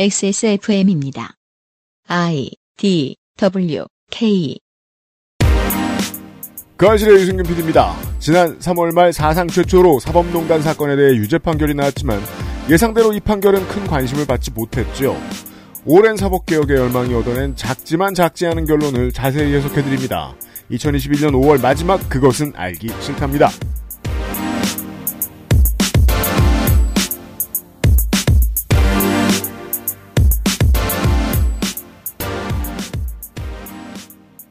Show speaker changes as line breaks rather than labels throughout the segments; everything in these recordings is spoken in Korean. XSFM입니다. I D W K
그아실의 유승균 PD입니다. 지난 3월 말 사상 최초로 사법농단 사건에 대해 유죄 판결이 나왔지만 예상대로 이 판결은 큰 관심을 받지 못했죠. 오랜 사법개혁의 열망이 얻어낸 작지만 작지 않은 결론을 자세히 해석해드립니다. 2021년 5월 마지막 그것은 알기 싫답니다.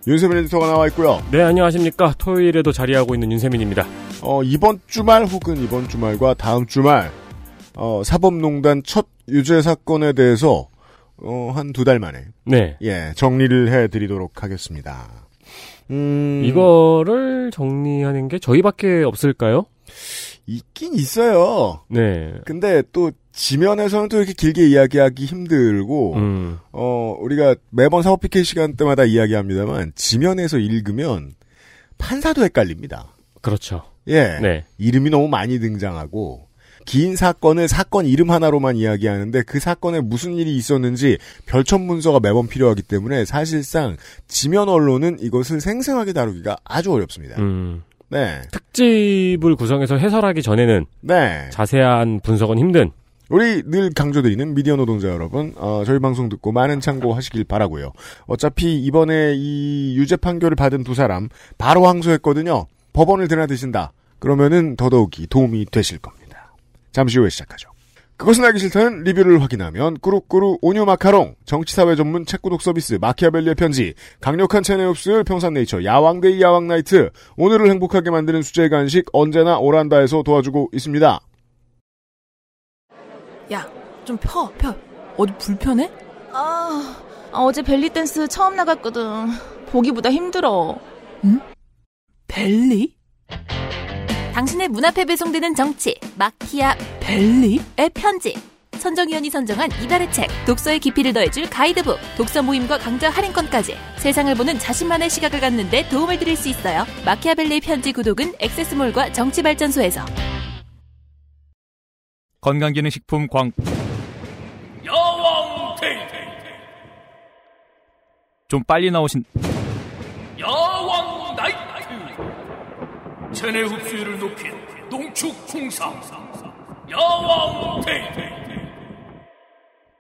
윤세민 에디터가 나와 있고요.
네, 안녕하십니까. 토요일에도 자리하고 있는 윤세민입니다.
어, 이번 주말 혹은 이번 주말과 다음 주말 어, 사법농단 첫 유죄 사건에 대해서 어, 한 두 달 만에
네.
예 정리를 해드리도록 하겠습니다. 음,
이거를 정리하는 게 저희밖에 없을까요?
있긴 있어요.
네.
근데 또 지면에서는 또 이렇게 길게 이야기하기 힘들고
음,
어 우리가 매번 사법 PK 시간 때마다 이야기합니다만 지면에서 읽으면 판사도 헷갈립니다.
그렇죠.
예
네.
이름이 너무 많이 등장하고 긴 사건을 사건 이름 하나로만 이야기하는데 그 사건에 무슨 일이 있었는지 별첨 문서가 매번 필요하기 때문에 사실상 지면 언론은 이것을 생생하게 다루기가 아주 어렵습니다.
음,
네,
특집을 구성해서 해설하기 전에는
네.
자세한 분석은 힘든.
우리 늘 강조드리는 미디어 노동자 여러분, 어, 저희 방송 듣고 많은 참고하시길 바라고요. 어차피 이번에 이 유죄 판결을 받은 두 사람 바로 항소했거든요. 법원을 드나드신다. 그러면은 더더욱이 도움이 되실 겁니다. 잠시 후에 시작하죠. 그것은 알기 싫다는 리뷰를 확인하면 꾸룩꾸룩 온유 마카롱, 정치사회 전문 책 구독 서비스 마키아벨리의 편지, 강력한 체내 흡수율 평산네이처 야왕데이 야왕나이트, 오늘을 행복하게 만드는 수제 간식 언제나 오란다에서 도와주고 있습니다.
야, 좀 펴, 펴. 어디 불편해?
아, 아, 어제 벨리댄스 처음 나갔거든. 보기보다 힘들어.
벨리?
당신의 문 앞에 배송되는 정치, 마키아의
벨리?
편지. 선정위원이 선정한 이달의 책, 독서의 깊이를 더해줄 가이드북, 독서 모임과 강좌 할인권까지 세상을 보는 자신만의 시각을 갖는데 도움을 드릴 수 있어요. 마키아벨리의 편지 구독은 액세스몰과 정치발전소에서.
건강기능식품 광
야왕 테이테
좀 빨리 나오신
야왕 나이트 체내 흡수율을 높인 농축 풍상 야왕 테이테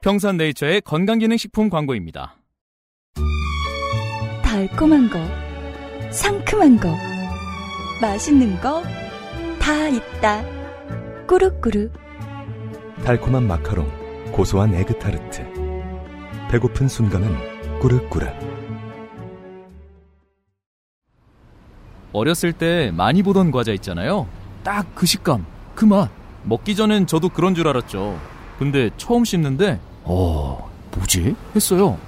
평산네이처의 건강기능식품 광고입니다.
달콤한 거, 상큼한 거, 맛있는 거, 다 있다. 꾸룩꾸룩.
달콤한 마카롱, 고소한 에그타르트. 배고픈 순간은 꾸르꾸르.
어렸을 때 많이 보던 과자 있잖아요. 딱 그 식감, 그 맛. 먹기 전엔 저도 그런 줄 알았죠. 근데 처음 씹는데 어, 뭐지? 했어요.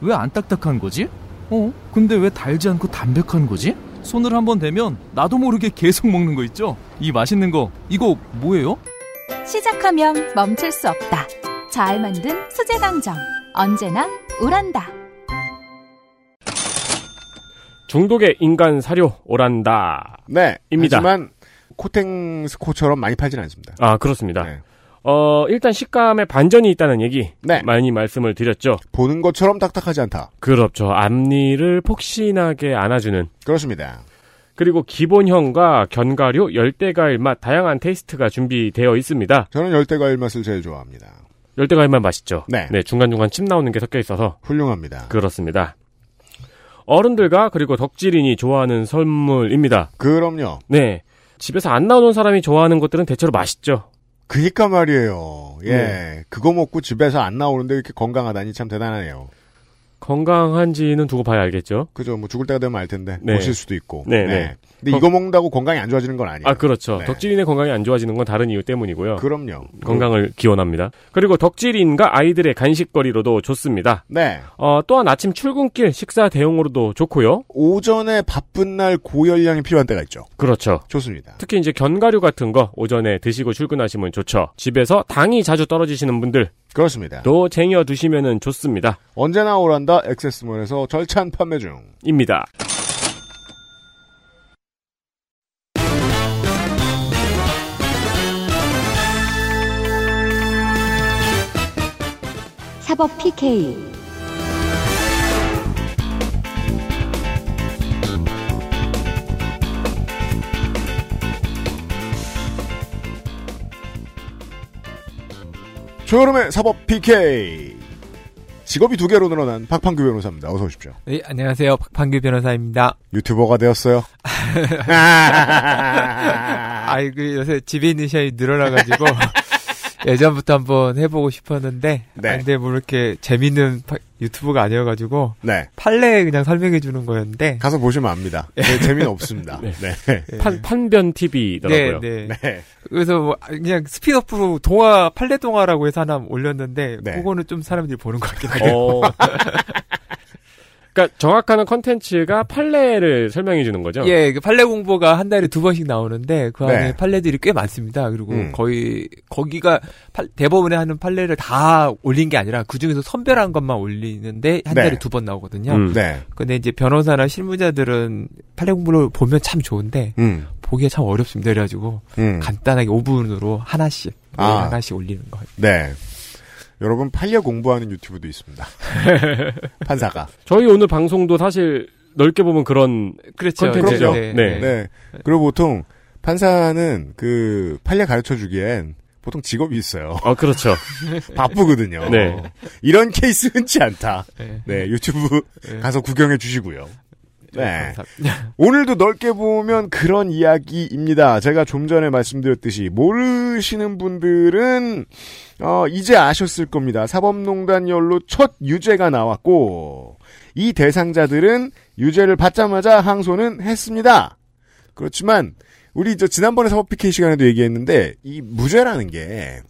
왜 안 딱딱한 거지? 어, 근데 왜 달지 않고 담백한 거지? 손을 한번 대면 나도 모르게 계속 먹는 거 있죠? 이 맛있는 거, 이거 뭐예요?
시작하면 멈출 수 없다. 잘 만든 수제 강정. 언제나 우란다.
중독의 인간 사료, 오란다.
네.
입니다.
하지만 코탱 스코처럼 많이 팔진 않습니다.
아, 그렇습니다.
네.
어, 일단 식감에 반전이 있다는 얘기.
네.
많이 말씀을 드렸죠.
보는 것처럼 딱딱하지 않다.
그렇죠. 앞니를 폭신하게 안아주는.
그렇습니다.
그리고 기본형과 견과류, 열대과일 맛, 다양한 테이스트가 준비되어 있습니다.
저는 열대과일 맛을 제일 좋아합니다.
열대과일 맛 맛있죠?
네.
중간중간 침 나오는 게 섞여 있어서
훌륭합니다.
그렇습니다. 어른들과 그리고 덕질인이 좋아하는 선물입니다.
그, 럼요
네. 집에서 안 나오는 사람이 좋아하는 것들은 대체로 맛있죠.
그니까 말이에요. 예.
네.
그거 먹고 집에서 안 나오는데 이렇게 건강하다니 참 대단하네요.
건강한지는 두고 봐야 알겠죠.
그죠. 뭐 죽을 때가 되면 알 텐데.
네.
오실 수도 있고.
네, 네.
근데 이거 먹는다고 건강이 안 좋아지는 건 아니에요.
아, 그렇죠.
네.
덕질인의 건강이 안 좋아지는 건 다른 이유 때문이고요.
럼요
건강을 기원합니다. 그리고 덕질인과 아이들의 간식거리로도 좋습니다.
네.
어, 또한 아침 출근길 식사 대용으로도 좋고요.
오전에 바쁜 날 고열량이 필요한 때가 있죠.
그렇죠.
좋습니다.
특히 이제 견과류 같은 거 오전에 드시고 출근하시면 좋죠. 집에서 당이 자주 떨어지시는 분들도
그렇습니다.
쟁여 두시면 좋습니다.
언제나 오란다 액세스몰에서 절찬 판매 중.
입니다.
사법 PK
조여름의 사법 PK. 직업이 두 개로 늘어난 박판규 변호사입니다. 어서 오십시오.
네, 안녕하세요. 박판규 변호사입니다.
유튜버가 되었어요.
아이고, 요새 집에 있는 시간이 늘어나가지고, 예전부터 한번 해보고 싶었는데, 아, 근데 뭐 이렇게 재밌는 파- 유튜브가 아니어가지고,
네.
판례 그냥 설명해주는 거였는데,
가서 보시면 압니다. 네, 재미는 없습니다. 네.
판, 판변 TV더라고요.
네, 네. 그래서 뭐 그냥 스피드업으로 동화, 판례 동화라고 해서 하나 올렸는데,
네.
그거는 좀 사람들이 보는 것 같긴 해요.
어. 그러니까 정확한 컨텐츠가 판례를 설명해 주는 거죠.
예, 그 판례 공보가 한 달에 두 번씩 나오는데 그 안에
네.
판례들이 꽤 많습니다. 그리고
음.
거의 거기가 팔- 대법원에 하는 판례를 다 올린 게 아니라 그 중에서 선별한 것만 올리는데 한
네.
달에 두 번 나오거든요.
음. 네.
근데 이제 변호사나 실무자들은 판례 공부를 보면 참 좋은데
음.
보기가 참 어렵습니다. 그래가지고
음.
간단하게 5분으로 하나씩 매일
아.
하나씩 올리는 거예요.
네. 여러분 팔려 공부하는 유튜브도 있습니다. 판사가.
저희 오늘 방송도 사실 넓게 보면 그런 컨텐츠죠.
그렇죠.
그럼요. 네. 네. 그리고 보통 판사는 그 판례 가르쳐 주기엔 보통 직업이 있어요.
어, 그렇죠.
바쁘거든요.
네.
이런 케이스 흔치 않다.
네.
네, 유튜브
네.
가서 구경해 주시고요. 네.
감사합니다.
오늘도 넓게 보면 그런 이야기입니다. 제가 좀 전에 말씀드렸듯이 모르시는 분들은 어, 이제 아셨을 겁니다. 사법농단열로 첫 유죄가 나왔고 이 대상자들은 유죄를 받자마자 항소는 했습니다. 그렇지만 우리 저 지난번에 사법 PK 시간에도 얘기했는데 이 무죄라는 게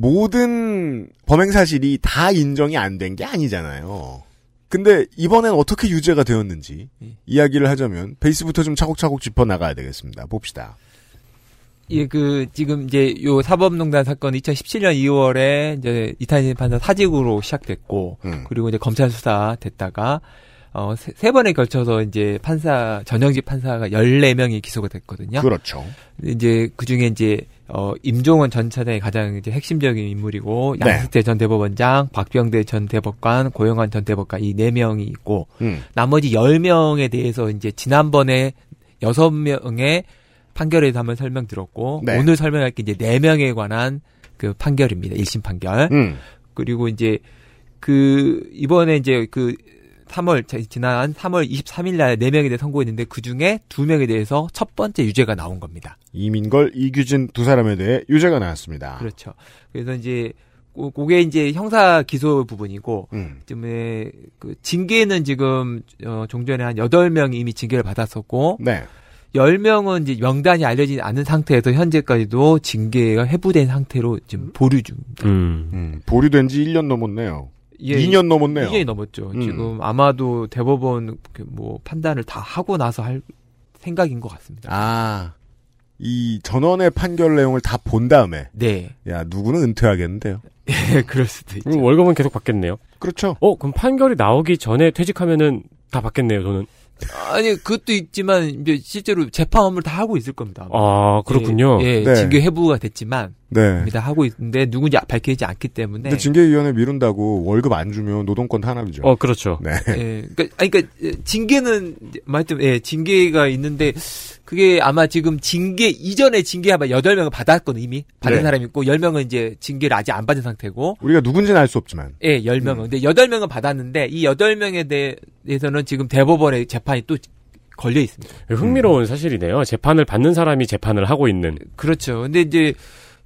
모든 범행 사실이 다 인정이 안 된 게 아니잖아요. 근데 이번엔 어떻게 유죄가 되었는지 이야기를 하자면 베이스부터 좀 차곡차곡 짚어 나가야 되겠습니다. 봅시다.
예, 그, 지금 이제 요 사법농단 사건 2017년 2월에 이제 이탄희 판사 사직으로 시작됐고,
음,
그리고 이제 검찰 수사 됐다가, 어, 세, 세 번에 걸쳐서 이제 판사, 전형직 판사가 14명이 기소가 됐거든요.
그렇죠.
근데 이제 그 중에 이제, 어, 임종원 전 차장이 가장 이제 핵심적인 인물이고,
네.
양승태 전 대법원장, 박병대 전 대법관, 고영환 전 대법관 이 네명이 있고,
음.
나머지 10명에 대해서 이제 지난번에 6명의 판결에 대해서 한번 설명 들었고
네.
오늘 설명할 게 이제 4명에 관한 그 판결입니다. 1심 판결.
음.
그리고 이제 그 이번에 이제 그 3월 자- 지난 3월 23일 날 4명에 대해 선고했는데 그중에 2명에 대해서 첫 번째 유죄가 나온 겁니다.
이민걸, 이규진 두 사람에 대해 유죄가 나왔습니다.
그렇죠. 그래서 이제 고- 그게 이제 형사 기소 부분이고
음.
지금에 그 징계는 지금 어, 종전에 한 8명이 이미 징계를 받았었고
네.
10명은 이제 명단이 알려지지 않은 상태에서 현재까지도 징계가 회부된 상태로 지금 보류 중입니다.
음, 보류된 지 1년 넘었네요.
예,
2년 넘었네요.
2년이 넘었죠.
음.
지금 아마도 대법원 그뭐 판단을 다 하고 나서 할 생각인 것 같습니다.
아, 이 전원의 판결 내용을 다 본 다음에.
네.
야, 누구는 은퇴하겠는데요?
예, 그럴 수도 있죠.
그럼 월급은 계속 받겠네요.
그렇죠.
어, 그럼 판결이 나오기 전에 퇴직하면은 다 받겠네요, 저는.
아니 그것도 있지만 이제 실제로 재판업을 다 하고 있을 겁니다.
아, 그렇군요.
예, 예,
네.
징계 회부가 됐지만
네.
다 하고 있는데 누군지 밝혀지지 않기 때문에
근데 징계위원회 미룬다고 월급 안 주면 노동권 탄압이죠.
어, 그렇죠.
네.
예, 그러니까, 아니, 그러니까 예, 징계는 이제 말씀, 예, 징계가 있는데 그게 아마 지금 징계 이전에 징계 아마 여덟 명을 받았거든 이미 받은
네.
사람이 있고 열 명은 이제 징계를 아직 안 받은 상태고
우리가 누군지는 알 수 없지만.
예, 열 명은 근데 여덟 명은 받았는데 이 여덟 명에 대해서는 지금 대법원의 재판이 또 걸려 있습니다.
흥미로운 사실이네요. 재판을 받는 사람이 재판을 하고 있는.
그렇죠. 근데 이제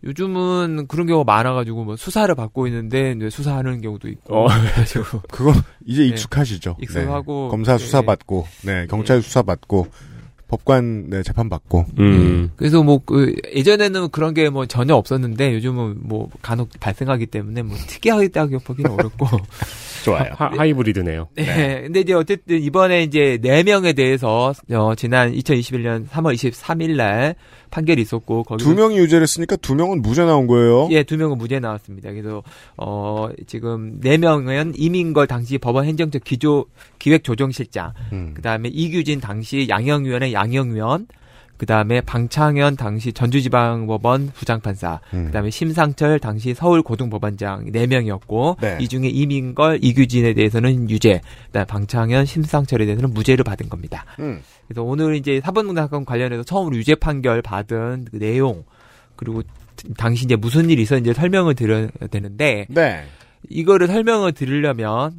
요즘은 그런 경우가 많아가지고 뭐 수사를 받고 있는데 이제 수사하는 경우도 있고
어.
그래가지고
그거 이제
네.
익숙하시죠.
익숙하고
네. 검사 수사
예.
받고, 네, 경찰 수사 받고, 법관 네, 재판 받고.
음.
그래서 뭐, 그, 예전에는 그런 게 뭐 전혀 없었는데 요즘은 뭐 간혹 발생하기 때문에 뭐 특이하다고 보기는 어렵고.
좋아요.
하, 하이브리드네요.
네. 근데 이제 어쨌든 이번에 이제 네명에 대해서 어, 지난 2021년 3월 23일 날 판결이 있었고 거기
두 명이 유죄를 했으니까 두 명은 무죄 나온 거예요.
예, 두 명은 무죄 나왔습니다. 그래서 어 지금 네 명은 이민걸 당시 법원 행정적 기조 기획 조정실장,
음.
그다음에 이규진 당시 양형위원회 양형위원, 그다음에 방창현 당시 전주지방법원 부장판사,
음.
그다음에 심상철 당시 서울고등법원장 네 명이었고 이 중에 이민걸, 이규진에 대해서는 유죄, 그다음 방창현, 심상철에 대해서는 무죄를 받은 겁니다.
음.
그래서 오늘 이제 사법농단 사건 관련해서 처음으로 유죄 판결 받은 그 내용 그리고 당시 이제 무슨 일이 있었는지 설명을 드려야 되는데
네.
이거를 설명을 드리려면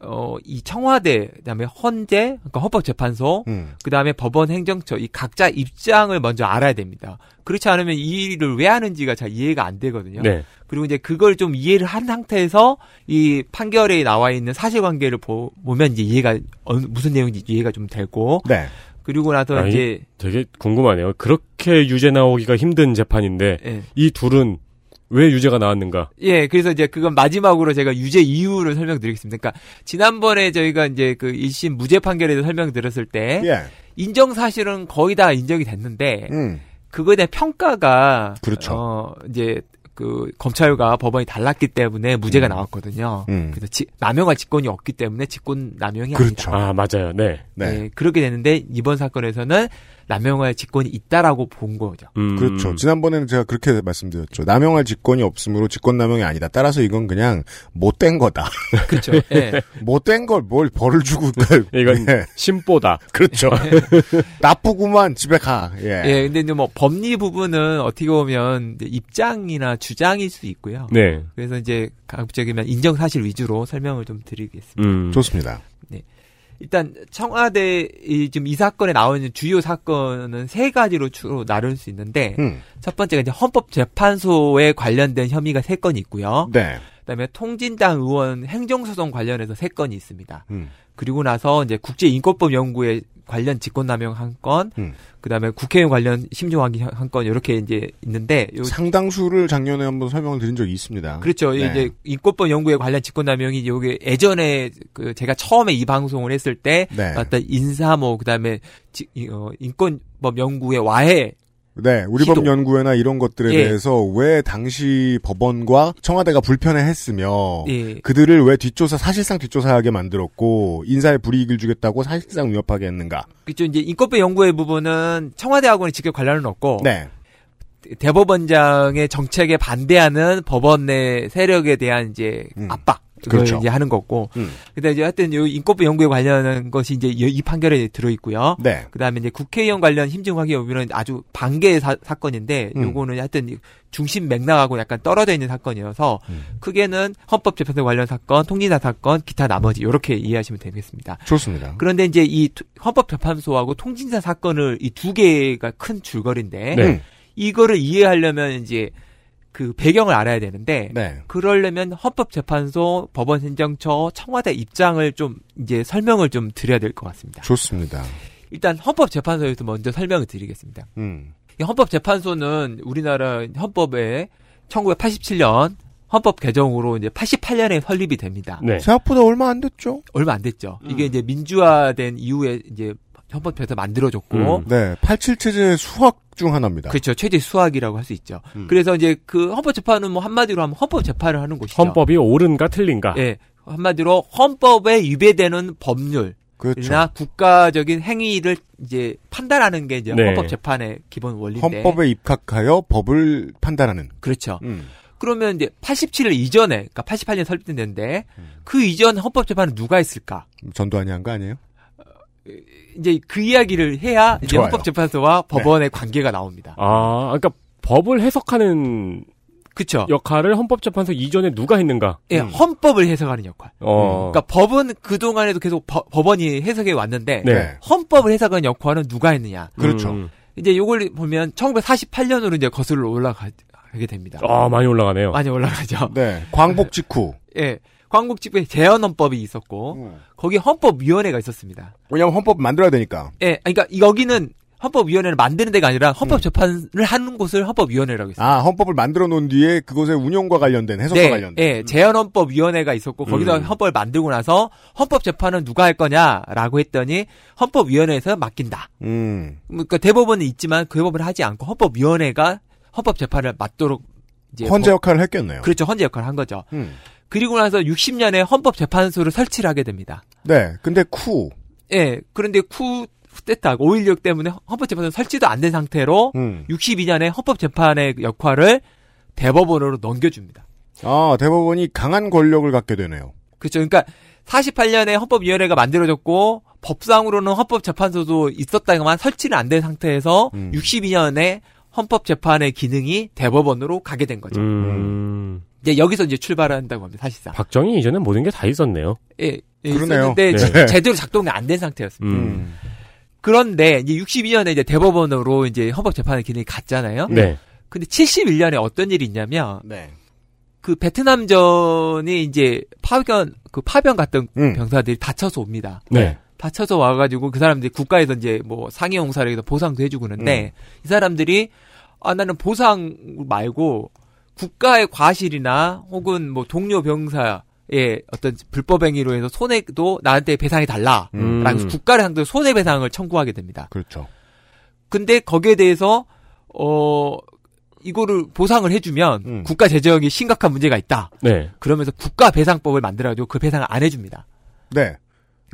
어 이 청와대 그다음에 헌재 그러니까 헌법재판소
음.
그다음에 법원 행정처 이 각자 입장을 먼저 알아야 됩니다. 그렇지 않으면 이 일을 왜 하는지가 잘 이해가 안 되거든요.
네.
그리고 이제 그걸 좀 이해를 한 상태에서 이 판결에 나와 있는 사실관계를 보, 면 이제 이해가 어느- 무슨 내용인지 이해가 좀 되고
네.
그리고 나서
아니,
이제
되게 궁금하네요. 그렇게 유죄 나오기가 힘든 재판인데
예.
이 둘은 왜 유죄가 나왔는가?
예, 그래서 이제 그건 마지막으로 제가 유죄 이유를 설명드리겠습니다. 그러니까 지난번에 저희가 이제 그 1심 무죄 판결에 대해 설명드렸을 때
예.
인정 사실은 거의 다 인정이 됐는데
음.
그거에 대한 평가가
그렇죠.
어, 이제 그 검찰과 법원이 달랐기 때문에 무죄가
음.
나왔거든요.
음.
그래서 지- 남용할 직권이 없기 때문에 직권 남용이
그렇죠.
아니다.
아 맞아요. 네.
네.
예, 그렇게 됐는데 이번 사건에서는 남용할 직권이 있다라고 본 거죠.
음,
그렇죠. 지난번에는 제가 그렇게 말씀드렸죠. 남용할 직권이 없으므로 직권남용이 아니다. 따라서 이건 그냥 못된 거다.
그렇죠. 예.
못된 걸 뭘 벌을 주고 그걸.
이건
네.
예.
심보다.
그렇죠. 나쁘구만 집에 가. 예.
예, 근데 이제 뭐 법리 부분은 어떻게 보면 이제 입장이나 주장일 수 있고요.
네.
그래서 이제 각적이면 인정 사실 위주로 설명을 좀 드리겠습니다.
음.
좋습니다.
일단 청와대 이 지금 이 사건에 나오는 주요 사건은 세 가지로 주로 나눌 수 있는데
음.
첫 번째가 이제 헌법재판소에 관련된 혐의가 세 건이 있고요.
네.
그다음에 통진당 의원 행정소송 관련해서 세 건이 있습니다.
음.
그리고 나서 이제 국제인권법 연구에 관련 직권남용 한 건,
음.
그다음에 국회의원 관련 심증하기 한 건 이렇게 이제 있는데 요-
상당수를 작년에 한번 설명을 드린 적이 있습니다.
그렇죠.
네.
이제 인권법 연구에 관련 직권남용이 요게 예전에 그 제가 처음에 이 방송을 했을 때
네.
어떤 인사모 뭐 그다음에 지- 이- 어, 인권법 연구의 와해
네, 우리
시도.
법 연구회나 이런 것들에
예.
대해서 왜 당시 법원과 청와대가 불편해했으며
예.
그들을 왜 뒷조사 사실상 뒷조사하게 만들었고 인사에 불이익을 주겠다고 사실상 위협하게 했는가?
그죠 이제 인권법 연구의 부분은 청와대하고는 직접 관련은 없고
네,
대법원장의 정책에 반대하는 법원 내 세력에 대한 이제
음.
압박 그
그렇죠.
이제 하는 거고
음.
근데 이제 하여튼 요 인권법 연구에 관련한 것이 이제 이- 이 판결에 들어 있고요.
네,
그다음에 이제 국회의원 관련 힘증 확인 여부는 아주 반개의 사, 건인데
음.
요거는 하여튼 이 중심 맥락하고 약간 떨어져 있는 사건이어서
음.
크게는 헌법재판소 관련 사건, 통진사 사건, 기타 나머지 요렇게 이해하시면 되겠습니다.
좋습니다.
그런데 이제 이 투- 헌법재판소하고 통진사 사건을 이 두 개가 큰 줄거리인데
네.
음.
이거를 이해하려면 이제 그 배경을 알아야 되는데
네,
그러려면 헌법재판소, 법원행정처, 청와대 입장을 좀 이제 설명을 좀 드려야 될 것 같습니다.
좋습니다.
일단 헌법재판소에서 먼저 설명을 드리겠습니다.
음,
이 헌법재판소는 우리나라 헌법에 1987년 헌법 개정으로 이제 88년에 설립이 됩니다.
네.
생각보다 얼마 안 됐죠?
얼마 안 됐죠. 이게 이제 민주화된 이후에 이제 헌법에서 만들어졌고
음.
네, 87 체제의 수학 중 하나입니다.
그렇죠. 최대 수학이라고 할 수 있죠.
음.
그래서 이제 그 헌법재판은 뭐 한마디로 하면 헌법재판을 하는 곳이죠.
헌법이 옳은가 틀린가.
예. 한마디로 헌법에 위배되는 법률
그, 렇죠
이나 국가적인 행위를 이제 판단하는 게 이제
네.
헌법 재판의 기본 원리인데
헌법에 입각하여 법을 판단하는.
그렇죠.
음.
그러면 이제 87일 이전에 그러니까 88년 설립됐는데 그 이전 헌법 재판은 누가 했을까?
전두환이 한 거 아니에요?
이제 그 이야기를 해야 이제
좋아요. 네.
헌법 재판소와 법원의 관계가 나옵니다.
아, 그러니까 법을 해석하는
그렇죠.
역할을 헌법재판소 이전에 누가 했는가?
예,
음.
헌법을 해석하는 역할.
어.
그러니까 법은 그 동안에도 계속 법- 법원이 해석해 왔는데
네.
헌법을 해석하는 역할은 누가 했느냐?
그렇죠.
음.
이제 요걸 보면 1948년으로 이제 거슬러 올라가게 됩니다.
아, 많이 올라가네요.
많이 올라가죠.
네, 광복 직후.
예. 광복집회 재헌헌법이 있었고
음.
거기 헌법위원회가 있었습니다.
왜냐면 헌법 만들어야 되니까.
예. 아니, 그러니까 여기는 헌법위원회를 만드는 데가 아니라 헌법 재판을 하는 곳을 헌법위원회라고
음.
했어요.
아, 헌법을 만들어 놓은 뒤에 그것의 운용과 관련된 해석과
네.
관련된. 음.
예, 재헌헌법위원회가 있었고 거기서
음.
헌법을 만들고 나서 헌법 재판은 누가 할 거냐라고 했더니 헌법위원회에서 맡긴다.
예.
음.
그러니까 대법원은 있지만 그 법을 하지 않고 헌법위원회가 헌법 재판을 맡도록 이제
예,
헌재
법-
역할을 했겠네요.
그렇죠 헌재 역할을 한 거죠.
음.
그리고 나서 60년에 헌법 재판소를 설치를 하게 됩니다.
네, 근데 쿠.
예, 그런데 쿠 후퇴탁 5.16 때문에 헌법재판소 설치도 안 된 상태로
음.
62년에 헌법재판의 역할을 대법원으로 넘겨줍니다.
아, 대법원이 강한 권력을 갖게 되네요.
그렇죠. 그러니까 48년에 헌법위원회가 만들어졌고 법상으로는 헌법재판소도 있었다만 설치는 안 된 상태에서
음.
62년에 헌법재판의 기능이 대법원으로 가게 된 거죠.
음.
이제 여기서 이제 출발한다고 합니다. 사실상.
박정희 이전엔 모든 게 다 있었네요.
예, 예
그러네요. 음.
있었는데
네.
제- 제대로 작동이 안 된 상태였습니다.
음.
그런데 이제 62년에 이제 대법원으로 이제 헌법재판의 기능이 갔잖아요.
네.
근데 71년에 어떤 일이 있냐면 그 베트남전이 이제 파견 그 파병 갔던 병사들이 다쳐서 옵니다.
네.
다쳐서 와가지고 그 사람들이 국가에서 이제 뭐 상해 용사를 해서 보상도 해주고 그러는데 이 사람들이 아 나는 보상 말고 국가의 과실이나 혹은 뭐 동료 병사의 어떤 불법 행위로 해서 손해도 나한테 배상이 달라.
음.
라고 해서 국가를 상대로 손해 배상을 청구하게 됩니다.
그렇죠.
근데 거기에 대해서 어 이거를 보상을 해주면 국가 재정이 심각한 문제가 있다.
네.
그러면서 국가 배상법을 만들어가지고 그 배상을 안 해줍니다.
네.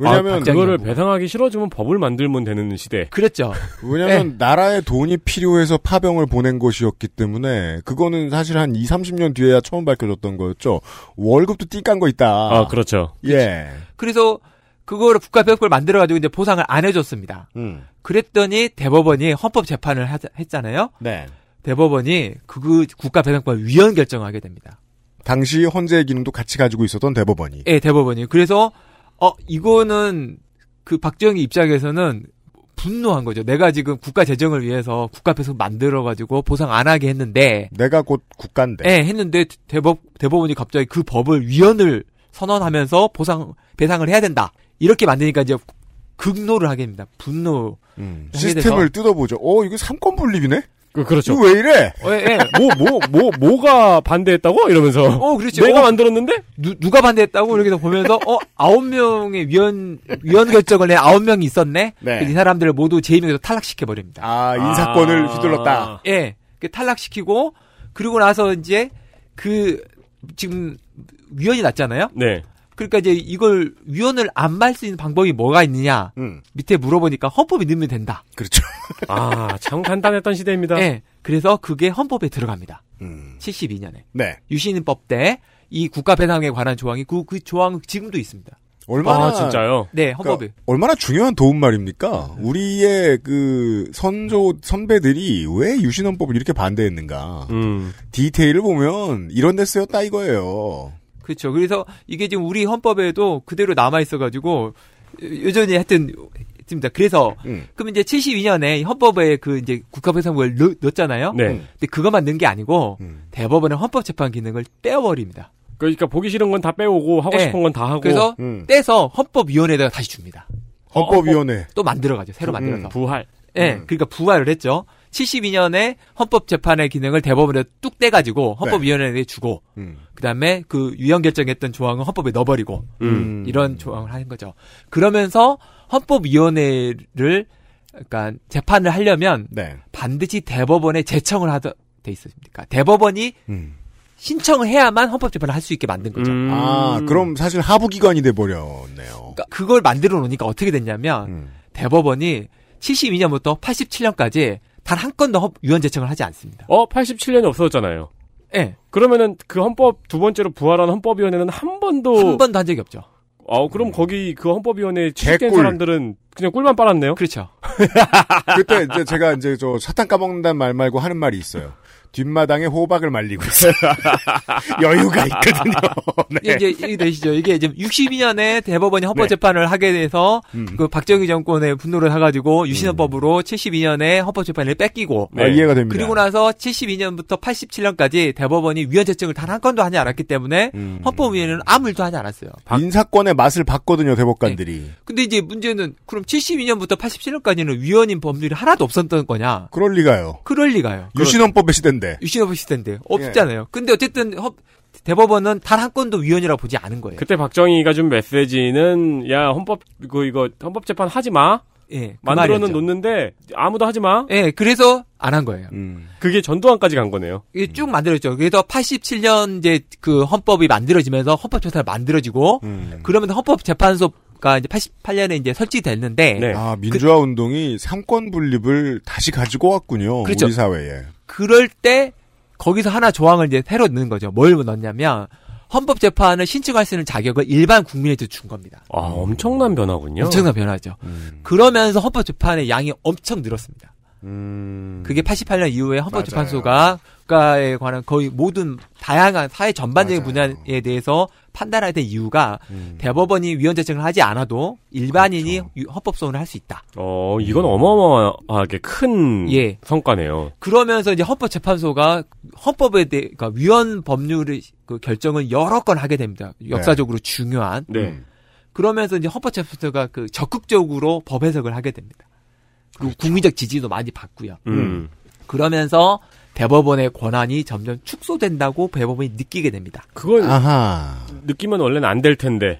아,
왜냐면
그거를 배상하기 싫어지면 법을 만들면 되는 시대.
그랬죠.
왜냐면
예.
나라의 돈이 필요해서 파병을 보낸 것이었기 때문에 그거는 사실 한 2, 30년 뒤에야 처음 밝혀졌던 거였죠. 월급도 띠깐 거 있다.
아, 그렇죠.
예.
그래서 그거를 국가 배상법을 만들어가지고 이제 보상을 안 해줬습니다.
음.
그랬더니 대법원이 헌법 재판을 하- 했잖아요.
네.
대법원이 그 국가 배상법 위헌 결정하게 됩니다.
당시 헌재의 기능도 같이 가지고 있었던 대법원이.
예, 대법원이. 그래서 어 이거는 그 박정희 입장에서는 분노한 거죠. 내가 지금 국가 재정을 위해서 국가 배상 만들어 가지고 보상 안 하게 했는데
내가 곧 국가인데.
예, 했는데 대법 대법원이 갑자기 그 법을 위헌을 선언하면서 보상 배상을 해야 된다. 이렇게 만드니까 이제 극노를 하게 됩니다. 분노.
음,
하게 돼서.
시스템을 뜯어보죠. 어, 이거 삼권 분립이네?
그, 그렇죠.
이거 왜 이래?
어, 예, 예.
뭐, 뭐, 뭐, 뭐가 반대했다고? 이러면서.
어, 그렇죠.
내가
어.
만들었는데?
누, 누가 반대했다고 이렇게 보면서 어 아홉 명의 위원 위원 결정을 해 아홉 명이 있었네.
네.
그래서 이 사람들을 모두 제임에서 탈락시켜 버립니다.
아, 인사권을 휘둘렀다.
예, 그 탈락시키고 그리고 나서 이제 그 지금 위원이 났잖아요.
네.
그러니까 이제 이걸 위원을 안 말 수 있는 방법이 뭐가 있느냐
음.
밑에 물어보니까 헌법이 넣으면 된다.
그렇죠.
아, 참 간단했던 시대입니다.
예, 그래서 그게 헌법에 들어갑니다.
음.
72년에
네.
유신인법 때 이 국가 배상에 관한 조항이 그, 그 조항 지금도 있습니다.
얼마나
아, 진짜요?
네,
그러니까
헌법에.
얼마나 중요한 도움말입니까? 우리의 그 선조 선배들이 왜 유신헌법을 이렇게 반대했는가?
음.
디테일을 보면 이런 데 쓰였다 이거예요.
그렇죠. 그래서 이게 지금 우리 헌법에도 그대로 남아 있어가지고 여전히 하여튼 있습니다. 그래서
음.
그럼 이제 72년에 헌법에 그 이제 국가배상법을 넣, 넣었잖아요.
네. 음.
근데 그것만 넣은 게 아니고 대법원의 헌법재판 기능을 떼어버립니다.
그러니까 보기 싫은 건 다 빼오고, 하고
예.
싶은 건 다 하고.
그래서
음.
떼서 헌법위원회에다가 다시 줍니다.
헌법위원회.
또 만들어가죠. 새로 만들어서.
음, 부활. 음.
예, 그러니까 부활을 했죠. 72년에 헌법재판의 기능을 대법원에 뚝
네.
떼가지고 헌법위원회에 주고,
음.
그 다음에 그 유형 결정했던 조항은 헌법에 넣어버리고,
음.
이런 조항을 하는 거죠. 그러면서 헌법위원회를, 그러니까 재판을 하려면
네.
반드시 대법원에 제청을 하더 돼 있습니까? 대법원이
음.
신청을 해야만 헌법재판을 할 수 있게 만든 거죠.
음.
아, 그럼 사실 하부기관이 돼버렸네요.
그러니까 그걸 만들어 놓으니까 어떻게 됐냐면
음.
대법원이 72년부터 87년까지 단 한 건도 헌- 유언 제청을 하지 않습니다.
어, 87년이 없어졌잖아요.
예.
그러면은 그 헌법 두 번째로 부활한 헌법위원회는 한 번도
한 번도 한 적이 없죠.
아,
음.
그럼 거기 그 헌법위원회 취직된
개꿀.
사람들은 그냥 꿀만 빨았네요.
그렇죠.
그때 이제 제가 이제 저 사탕 까먹는다는 말 말고 하는 말이 있어요. 뒷마당에 호박을 말리고 있어요. 여유가 있거든요. 네.
예.
이게 이제 이게 되시죠. 이게 이제 62년에
네.
대법원이 헌법재판을 하게 돼서
음.
그 박정희 정권의 분노를 사가지고 유신헌법으로 72년에 헌법재판을 뺏기고
아, 이해가 됩니다.
네. 그리고 나서 72년부터 87년까지 대법원이 위헌 제청을 단 한 건도 하지 않았기 때문에
음.
헌법위원회는 아무 일도 하지 않았어요.
인사권의 맛을 봤거든요, 대법관들이.
근데 이제 문제는 그럼 72년부터 87년까지는 위헌인 법률이 하나도 없었던 거냐?
그럴 리가요.
그럴 리가요.
예.
유신헌법의 시대인데.
유신헌법 시대인데 없잖아요. 근데 어쨌든 헌- 대법원은 단 한 건도 위헌이라고 보지 않은 거예요.
그때 박정희가 준 메시지는 야 헌법 그 이거 헌법 재판 하지 마
예, 그
만들어는
말이었죠.
놓는데 아무도 하지 마
예, 그래서 안 한 거예요.
그게 전두환까지 간 거네요.
이게 쭉 만들어졌죠. 그래서
음.
그 음. 87년 이제 그 헌법이 만들어지면서 헌법재판이 만들어지고 그러면서 헌법재판소 민주화가 이제 88년에 이제 설치됐는데
아, 민주화 운동이 삼권 분립을 다시 가지고 왔군요.
그렇죠.
우리 사회에.
그럴 때 거기서 하나 조항을 이제 새로 넣는 거죠. 뭘 넣냐면 헌법 재판을 신청할 수 있는 자격을 일반 국민에게 준 겁니다.
아, 엄청난 변화군요.
엄청난 변화죠. 그러면서 헌법 재판의 양이 엄청 늘었습니다. 그게 88년 이후에 헌법 재판소가 국가에 관한 거의 모든 다양한 사회 전반적인 분야에 대해서 판단할 때 이유가
음.
대법원이 위원 재청을 하지 않아도 일반인이 유- 헌법 소원을 할 수 있다.
어, 이건 어마어마하게 큰
예.
성과네요.
그러면서 이제 헌법재판소가 헌법에 대해 그러니까 위헌 법률의 그 결정을 여러 건 하게 됩니다. 역사적으로 중요한.
네.
그러면서 이제 헌법재판소가 그 적극적으로 법 해석을 하게 됩니다. 그리고 국민적 지지도 많이 받고요.
음.
그러면서 대법원의 권한이 점점 축소된다고 대법원이 느끼게 됩니다.
그걸
아하.
느끼면 원래는 안 될 텐데.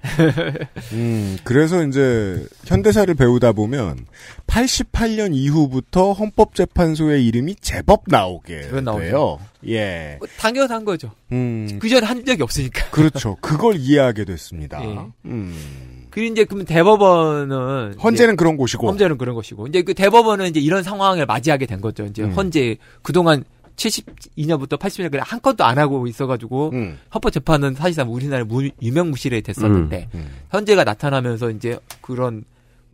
음, 그래서 이제 현대사를 배우다 보면 88년 이후부터 헌법재판소의 이름이 제법 나오게
제법 나오죠.
돼요. 예.
뭐 당연한 한 거죠.
음,
그 전에 한 적이 없으니까.
그렇죠. 그걸 이해하게 됐습니다.
예.
음.
그리고 이제 그럼 대법원은
헌재는
이제-
그런 곳이고.
헌재는 그런 것이고 이제 그 대법원은 이제 이런 상황을 맞이하게 된 거죠. 이제
음.
헌재 그동안 72년부터 80년까지 한 건도 안 하고 있어가지고
음.
헌법 재판은 사실상 우리나라에 무- 유명무실해 됐었는데
음.
현재가 나타나면서 이제 그런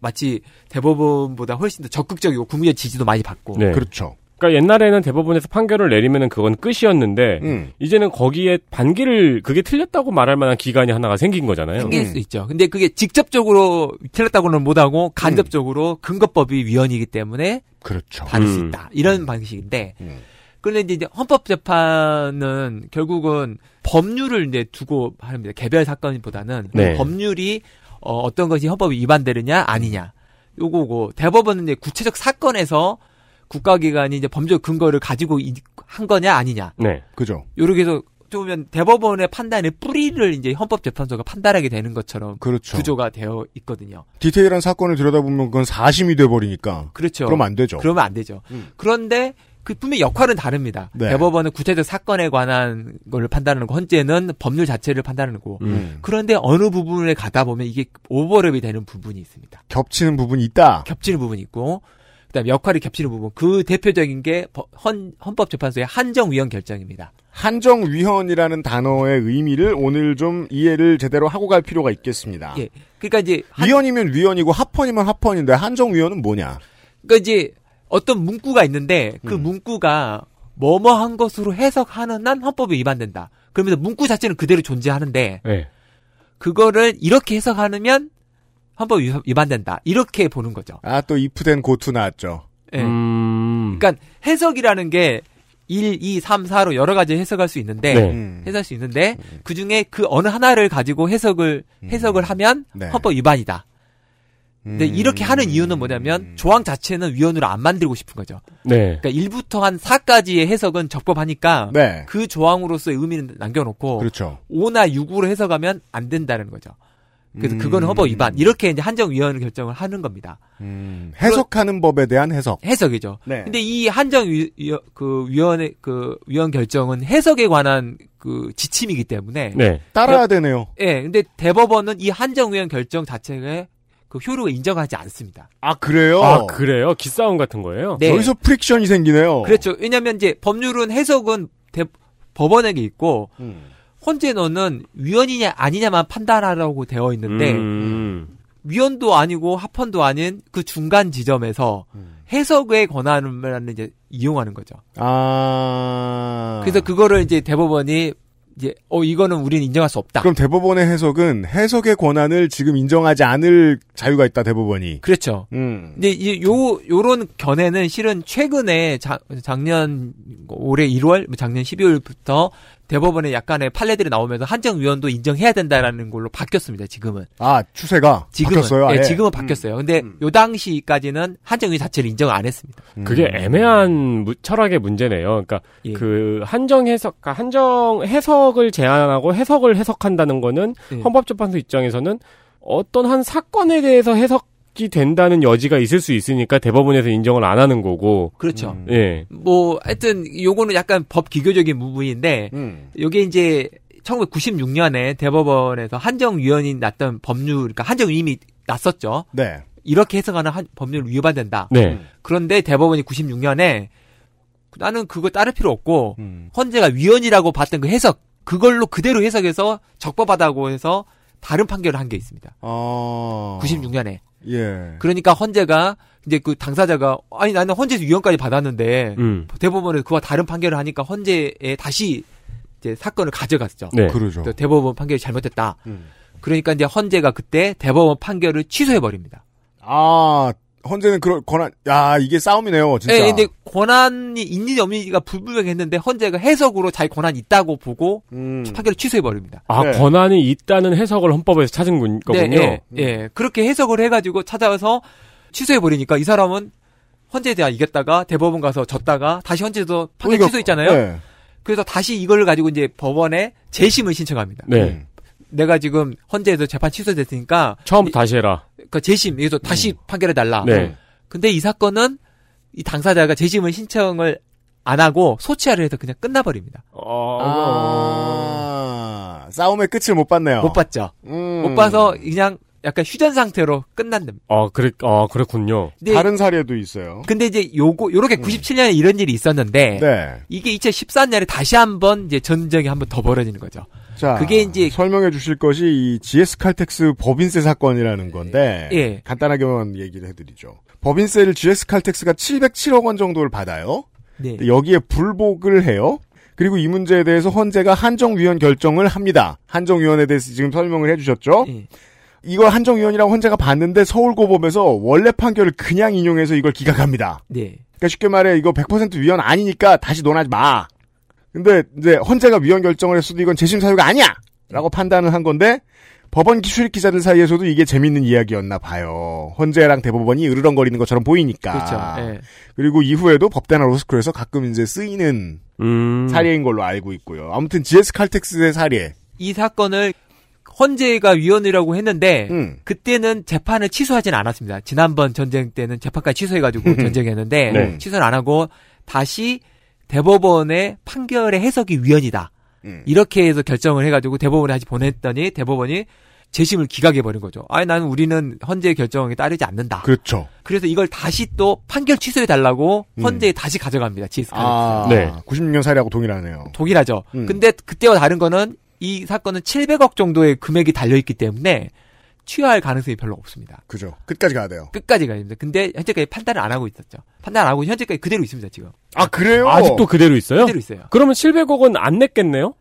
마치 대법원보다 훨씬 더 적극적이고 국민의 지지도 많이 받고
네.
그렇죠.
그러니까 옛날에는 대법원에서 판결을 내리면은 그건 끝이었는데
음.
이제는 거기에 반기를 그게 틀렸다고 말할 만한 기관이 하나가 생긴 거잖아요.
생길 수 있죠. 근데 그게 직접적으로 틀렸다고는 못하고 간접적으로 근거법이 위헌이기 때문에
그렇죠.
받을 수
음.
있다. 이런 방식인데.
음.
그런데 이제 헌법재판은 결국은 법률을 이제 두고 합니다. 개별 사건보다는
네.
법률이 어, 어떤 것이 헌법에 위반되느냐 아니냐 요거고 대법원은 이제 구체적 사건에서 국가기관이 이제 법률 근거를 가지고 이- 한 거냐 아니냐
네.
그죠.
요렇게 해서 어떻게 보면 대법원의 판단의 뿌리를 이제 헌법재판소가 판단하게 되는 것처럼
그렇죠.
구조가 되어 있거든요.
디테일한 사건을 들여다보면 그건 사심이 돼버리니까.
그렇죠.
그럼 안 되죠.
그러면 안 되죠. 그런데 그 분명 히 역할은 다릅니다.
네.
대법원은 구체적 사건에 관한 걸 판단하는 거, 헌재는 법률 자체를 판단하는 거.
음.
그런데 어느 부분에 가다 보면 이게 오버랩이 되는 부분이 있습니다.
겹치는 부분이 있다.
겹치는 부분이 있고, 그다음에 역할이 겹치는 부분. 그 대표적인 게 법- 헌, 헌법재판소의 한정위원 결정입니다.
한정위헌이라는 단어의 의미를 오늘 좀 이해를 제대로 하고 갈 필요가 있겠습니다.
예. 그러니까 이제 한-
아. 위헌이면 위헌이고 합헌이면 합헌인데 한정위헌은 뭐냐?
그러니까 이제 어떤 문구가 있는데 그 문구가 뭐뭐한 것으로 해석하는 한 헌법에 위반된다. 그러면서 문구 자체는 그대로 존재하는데
네.
그거를 이렇게 해석하면 헌법 위- 위반된다. 이렇게 보는 거죠.
아, 또 이프된 고투 나왔죠.
예.
음.
그러니까 해석이라는 게 1, 2, 3, 4로 여러 가지 해석할 수 있는데
네.
음.
해석할 수 있는데 그 중에 그 어느 하나를 가지고 해석을 해석을 하면
네.
헌법 위반이다. 근데
음.
이렇게 하는 이유는 뭐냐면 조항 자체는 위헌으로 안 만들고 싶은 거죠.
네.
그러니까 1부터 한 4까지의 해석은 적법하니까
네.
그 조항으로서의 의미는 남겨놓고
그렇죠.
5나 6으로 해석하면 안 된다는 거죠. 그래서 그건 헌법 위반. 이렇게 이제 한정위원회 결정을 하는 겁니다.
음, 해석하는 법에 대한 해석.
해석이죠.
네.
근데 이 한정 위, 위- 그 위원회 그 위원 결정은 해석에 관한 그 지침이기 때문에
네.
따라야 되네요.
예. 근데 대법원은 이 한정 위원 결정 자체의 그 효력을 인정하지 않습니다.
아, 그래요?
아, 그래요? 기싸움 같은 거예요?
네.
여기서 프릭션이 생기네요.
그렇죠. 왜냐면 하 이제 법률은 해석은 대- 법원에게 있고
음.
헌재는 위헌이냐 아니냐만 판단하라고 되어 있는데
음.
위헌도 아니고 합헌도 아닌 그 중간 지점에서
음.
해석의 권한을 이제 이용하는 거죠.
아.
그래서 그거를 이제 대법원이 이제 어 이거는 우리는 인정할 수 없다.
그럼 대법원의 해석은 해석의 권한을 지금 인정하지 않을 자유가 있다, 대법원이.
그렇죠.
음.
근데 이- 요 요런 견해는 실은 최근에 자- 작년 올해 1월 뭐 작년 12월부터 대법원에 약간의 판례들이 나오면서 한정 위원도 인정해야 된다라는 걸로 바뀌었습니다. 지금은.
아, 추세가
지금은
바뀌었어요.
예,
아예. 음.
지금은 바뀌었어요. 근데 요 당시까지는 한정 위원 자체를 인정 안 했습니다.
음.
그게 애매한 무- 철학의 문제네요. 그러니까
예.
그 한정 해석, 그러니까 한정 해석을 제한하고 해석을 해석한다는 거는
예.
헌법재판소 입장에서는 어떤 한 사건에 대해서 해석이 된다는 여지가 있을 수 있으니까 대법원에서 인정을 안 하는 거고.
그렇죠.
음.
예.
뭐 하여튼 요거는 약간 법 기교적인 부분인데
음.
요게 이제 1996년에 대법원에서 한정위원이 났던 법률, 그러니까 한정위임이 났었죠.
네.
이렇게 해석하는 한- 법률 위반된다.
음.
네.
그런데 대법원이 96년에 나는 그거 따를 필요 없고
음.
헌재가 위헌이라고 봤던 그 해석 그걸로 그대로 해석해서 적법하다고 해서 다른 판결을 한 게 있습니다.
어.
96년에.
예.
그러니까 헌재가 이제 그 당사자가 아니 나는 헌재에서 위헌까지 받았는데
음.
대법원에서 그와 다른 판결을 하니까 헌재에 다시 이제 사건을 가져갔죠.
네.
그러죠.
또 대법원 판결이 잘못됐다.
음.
그러니까 이제 헌재가 그때 대법원 판결을 취소해 버립니다.
아, 헌재는 그런 권한, 야, 이게 싸움이네요, 진짜.
예, 근데 권한이 있는지 없는지가 불분명했는데 헌재가 해석으로 자기 권한이 있다고 보고
음.
판결을 취소해 버립니다.
아,
네.
권한이 있다는 해석을 헌법에서 찾은 군- 거군요.
네, 예, 예. 그렇게 해석을 해가지고 찾아와서 취소해 버리니까 이 사람은 헌재에 대한 이겼다가 대법원 가서 졌다가 다시 헌재에서 판결
그러니까,
취소했잖아요.
네.
그래서 다시 이걸 가지고 이제 법원에 재심을 신청합니다.
네.
음.
내가 지금 헌재에서 재판 취소됐으니까
처음부터 다시 해라.
그 재심 여기서
음.
다시 판결해 달라.
네.
근데 이 사건은 이 당사자가 재심을 신청을 안 하고 소치하를 해서 그냥 끝나버립니다.
어.
아.
아, 싸움의 끝을 못 봤네요.
못 봤죠.
음.
못 봐서 그냥 약간 휴전 상태로 끝난답니다.
아, 그래, 아, 그랬군요.
근데,
다른 사례도 있어요.
근데 이제 요거 요렇게 97년에 이런 일이 있었는데
네.
이게 2014년에 다시 한번 이제 전쟁이 한 번 더 벌어지는 거죠.
자,
그게 이제-
설명해 주실 것이 이 GS 칼텍스 법인세 사건이라는 건데
예.
간단하게만 얘기를 해드리죠. 법인세를 GS 칼텍스가 707억 원 정도를 받아요.
네.
근데 예. 여기에 불복을 해요. 그리고 이 문제에 대해서 헌재가 한정위원 결정을 합니다. 한정위원에 대해서 지금 설명을 해주셨죠.
예.
이걸 한정위원이랑 헌재가 봤는데 서울고법에서 원래 판결을 그냥 인용해서 이걸 기각합니다.
네.
그러니까 쉽게 말해 이거 100% 위헌 아니니까 다시 논하지 마. 근데 이제 헌재가 위헌 결정을 했어도 이건 재심 사유가 아니야. 라고 판단을 한 건데 법원 기술익 기자들 사이에서도 이게 재밌는 이야기였나 봐요. 헌재랑 대법원이 으르렁거리는 것처럼 보이니까.
그렇죠. 예.
그리고 이후에도 법대나 로스쿨에서 가끔 이제 쓰이는
음.
사례인 걸로 알고 있고요. 아무튼 GS 칼텍스의 사례.
이 사건을 헌재가 위원이라고 했는데
음.
그때는 재판을 취소하진 않았습니다. 지난번 전쟁 때는 재판까지 취소해가지고 전쟁했는데
네.
취소를 안 하고 다시 대법원의 판결의 해석이 위헌이다.
음.
이렇게 해서 결정을 해가지고 대법원에 다시 보냈더니 대법원이 재심을 기각해버린 거죠. 아니 나는 우리는 헌재의 결정에 따르지 않는다.
그렇죠.
그... 래서 이걸 다시 또 판결 취소해달라고 헌재에 다시 가져갑니다. GS
음.
칼텍스.
아,
네.
96년 사례하고 동일하네요.
동일하죠.
음.
근데 그때와 다른 거는 이 사건은 700억 정도의 금액이 달려있기 때문에 취하할 가능성이 별로 없습니다.
그죠. 끝까지 가야 돼요.
끝까지 가야 됩니다. 근데 현재까지 판단을 안 하고 있었죠. 판단 안 하고 현재까지 그대로 있습니다, 지금.
아, 그래요?
아직도 그대로 있어요?
그대로 있어요.
그러면 700억은 안 냈겠네요?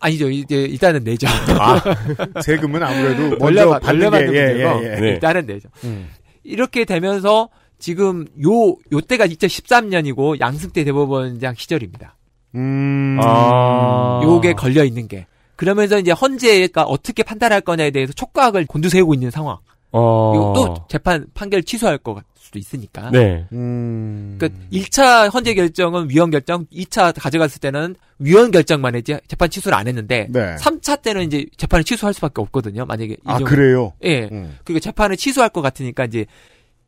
아니죠. 이제 일단은 내죠.
아, 세금은 아무래도 먼저
벌레가-
받는
벌레가
게, 예,
문제고.
예, 예.
네.
일단은 내죠.
음.
이렇게 되면서 지금 요, 요 때가 2013년이고 양승태 대법원장 시절입니다.
음.
아.
요게 걸려있는 게. 그러면서 이제 헌재가 어떻게 판단할 거냐에 대해서 촉각을 곤두세우고 있는 상황.
어.
이거 또 재판 판결 취소할 것 수도 있으니까.
네.
음.
그러니까 1차 헌재 결정은 위헌 결정, 2차 가져갔을 때는 위헌 결정만 했지 재판 취소를 안 했는데
네.
3차 때는 이제 재판을 취소할 수밖에 없거든요. 만약에
아,
이종-
그래요?
예.
음.
그리고 재판을 취소할 것 같으니까 이제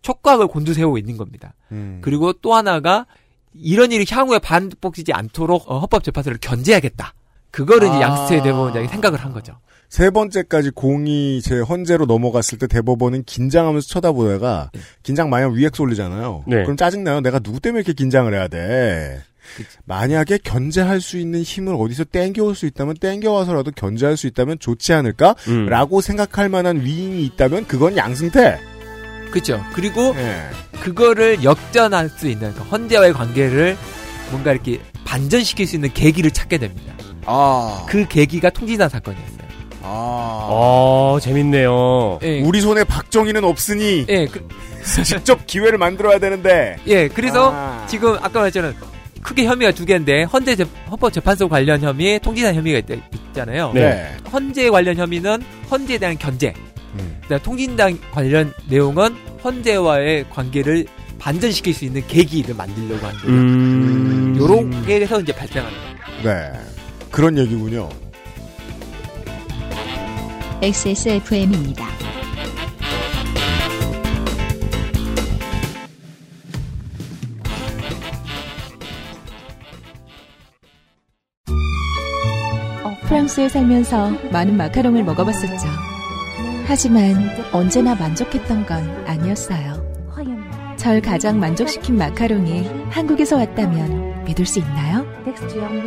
촉각을 곤두세우고 있는 겁니다.
음.
그리고 또 하나가 이런 일이 향후에 반복되지 않도록 어, 헌법재판소를 견제해야겠다. 그거를 이제
아.
양승태 대법원장이 생각을 한 거죠.
세 번째까지 공이 제 헌재로 넘어갔을 때 대법원은 긴장하면서 쳐다보다가 긴장 많이 하면 위액 쏠리잖아요.
네.
그럼 짜증나요. 내가 누구 때문에 이렇게 긴장을 해야 돼. 만약에 견제할 수 있는 힘을 어디서 땡겨올 수 있다면 땡겨와서라도 견제할 수 있다면 좋지 않을까?
음.
라고 생각할 만한 위인이 있다면 그건 양승태.
그렇죠. 그리고
예.
그거를 역전할 수 있는 그 헌재와의 관계를 뭔가 이렇게 반전시킬 수 있는 계기를 찾게 됩니다.
아.
그 계기가 통진단 사건이었어요.
아.
어, 재밌네요.
예,
우리 손에 박정희는 없으니
예, 그,
직접 기회를 만들어야 되는데.
예, 그래서
아.
지금 아까 말했잖아요. 크게 혐의가 두 개인데 헌재 재- 헌법재판소 관련 혐의, 통진단 혐의가 있, 있잖아요.
네.
헌재 관련 혐의는 헌재에 대한 견제,
음.
그다음 통진단 관련 내용은 헌재와의 관계를 반전시킬 수 있는 계기를 만들려고 한 거예요.
음.
요렇게 해서 이제 발생하는 거예요.
네. 그런 얘기군요.
XSFM입니다.
프랑스에 살면서 많은 마카롱을 먹어봤었죠.
하지만 언제나 만족했던 건 아니었어요. 절 가장 만족시킨 마카롱이 한국에서 왔다면 믿을 수 있나요?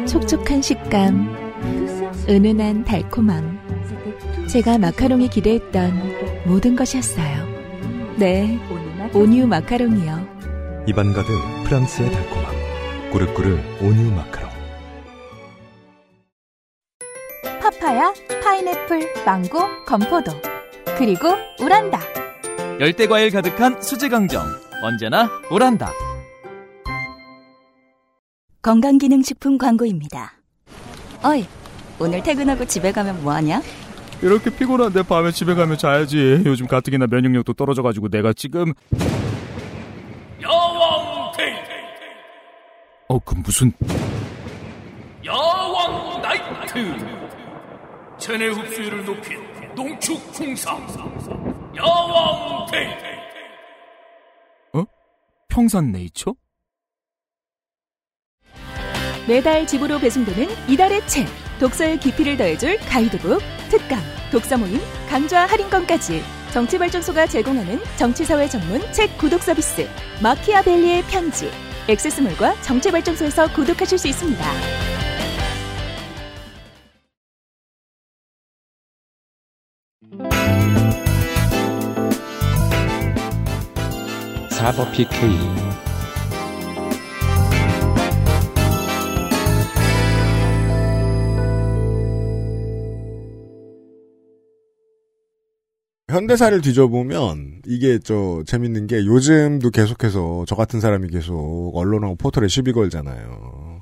촉촉한 식감, 은은한 달콤함. 제가 마카롱이 기대했던 모든 것이었어요. 네, 온유 마카롱이요.
입안 가득 프랑스의 달콤함. 꾸르꾸르 온유 마카롱.
파파야, 파인애플, 망고, 건포도. 그리고 우란다.
열대 과일 가득한 수제 강정 언제나 오란다.
건강기능식품 광고입니다. 어이, 오늘 퇴근하고 집에 가면 뭐하냐?
이렇게 피곤한데 밤에 집에 가면 자야지. 요즘 가뜩이나 면역력도 떨어져가지고 내가 지금
야왕탱
어 그 무슨
야왕 나이트 체내 흡수율을 높인 농축 풍상 야왕탱
평산 네이처?
매달 집으로 배송되는 이달의 책 독서의 깊이를 더해줄 가이드북 특강 독서 모임 강좌 할인권까지 정치발전소가 제공하는 정치사회 전문 책 구독 서비스 마키아벨리의 편지 액세스몰과 정치발전소에서 구독하실 수 있습니다.
사법 PK
현대사를 뒤져보면 이게 저 재밌는 게 요즘도 계속해서 저 같은 사람이 계속 언론하고 포털에 시비 걸잖아요.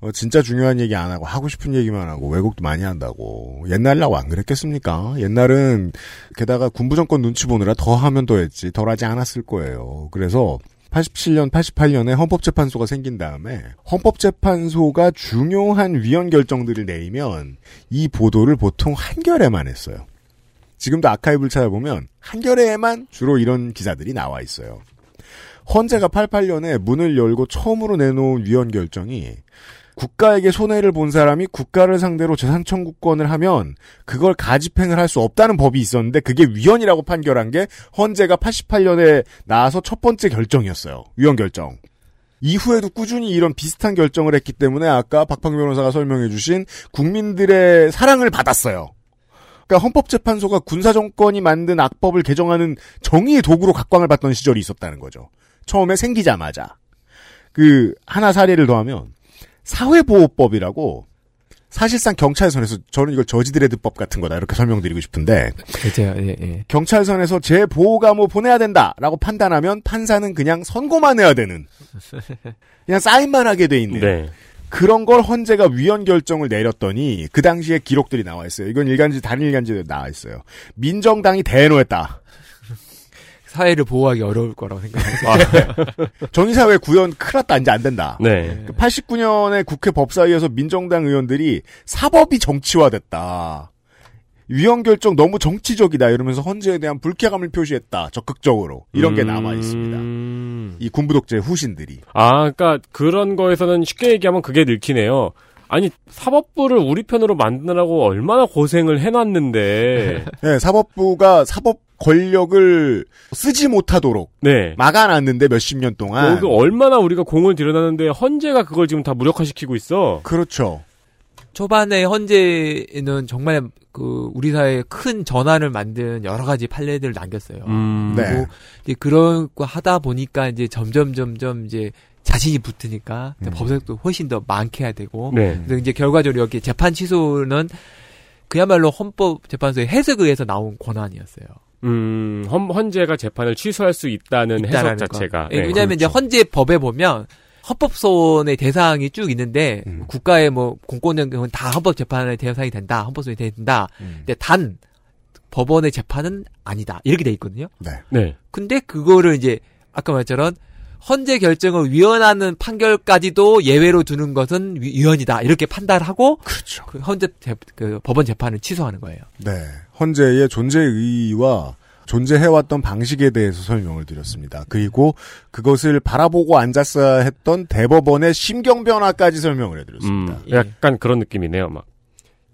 어, 진짜 중요한 얘기 안 하고 하고 싶은 얘기만 하고 왜곡도 많이 한다고 옛날이라고 안 그랬겠습니까? 옛날은 게다가 군부 정권 눈치 보느라 더 하면 더 했지 덜 하지 않았을 거예요. 그래서 87년, 88년에 헌법재판소가 생긴 다음에 헌법재판소가 중요한 위헌 결정들을 내리면 이 보도를 보통 한겨레만 했어요. 지금도 아카이브를 찾아보면 한겨레에만 주로 이런 기사들이 나와 있어요. 헌재가 88년에 문을 열고 처음으로 내놓은 위헌 결정이 국가에게 손해를 본 사람이 국가를 상대로 재산 청구권을 하면 그걸 가집행을 할 수 없다는 법이 있었는데 그게 위헌이라고 판결한 게 헌재가 88년에 나와서 첫 번째 결정이었어요. 위헌 결정. 이후에도 꾸준히 이런 비슷한 결정을 했기 때문에 아까 박판 변호사가 설명해 주신 국민들의 사랑을 받았어요. 그러니까 헌법재판소가 군사정권이 만든 악법을 개정하는 정의의 도구로 각광을 받던 시절이 있었다는 거죠. 처음에 생기자마자. 그, 하나 사례를 더하면, 사회보호법이라고, 사실상 경찰선에서, 저는 이걸 저지드레드법 같은 거다, 이렇게 설명드리고 싶은데,
그죠, 예, 예.
경찰선에서 제뭐 보호감호 보내야 된다, 라고 판단하면 판사는 그냥 선고만 해야 되는, 그냥 사인만 하게 돼 있는,
네.
그런 걸 헌재가 위헌 결정을 내렸더니 그 당시에 기록들이 나와 있어요. 이건 일간지 다른 일간지에 나와 있어요. 민정당이 대노했다.
사회를 보호하기 어려울 거라고 생각합니다.
정의사회 구현 큰일 났다. 이제 안 된다.
네.
89년에 국회 법사위에서 민정당 의원들이 사법이 정치화됐다. 위헌 결정 너무 정치적이다 이러면서 헌재에 대한 불쾌감을 표시했다. 적극적으로. 이런 게 남아
음.
있습니다. 이 군부 독재 후신들이.
아, 그러니까 그런 거에서는 쉽게 얘기하면 그게 읽히네요. 아니 사법부를 우리 편으로 만드느라고 얼마나 고생을 해놨는데
네, 사법부가 사법 권력을 쓰지 못하도록
네. 어,
막아놨는데 몇십 년 동안.
여기 얼마나 우리가 공을 들여놨는데 헌재가 그걸 지금 다 무력화시키고 있어.
그렇죠.
초반에 헌재는 정말 그 우리 사회에 큰 전환을 만든 여러 가지 판례들을 남겼어요.
음,
그리고
네.
이제 그런 거 하다 보니까 이제 점점 점점 이제 자신이 붙으니까 이제 법석도 훨씬 더 많게 해야 되고
음. 네.
그래서 이제 결과적으로 여기 재판 취소는 그야말로 헌법 재판소의 해석에 의해서 나온 권한이었어요.
음, 헌, 헌재가 재판을 취소할 수 있다는 해석
있다라는
자체가. 네,
거. 예, 왜냐하면
그렇죠.
이제 헌재 법에 보면 헌법소원의 대상이 쭉 있는데
음.
국가의 뭐 공권력은 경우다 헌법재판의 대상이 된다, 헌법소원이 된다.
음.
근데 단 법원의 재판은 아니다 이렇게 돼 있거든요.
네.
네.
근데 그거를 이제 아까 말처럼 헌재 결정을 위헌하는 판결까지도 예외로 두는 것은 위- 위헌이다 이렇게 판단하고
그
헌재 재- 그 법원 재판을 취소하는 거예요.
네. 헌재의 존재 의의와 존재해왔던 방식에 대해서 설명을 드렸습니다. 그리고 그것을 바라보고 앉았어야
음.
음,
예.
했던 대법원의 심경 변화까지 설명을 해드렸습니다.
약간 그런 느낌이네요, 막.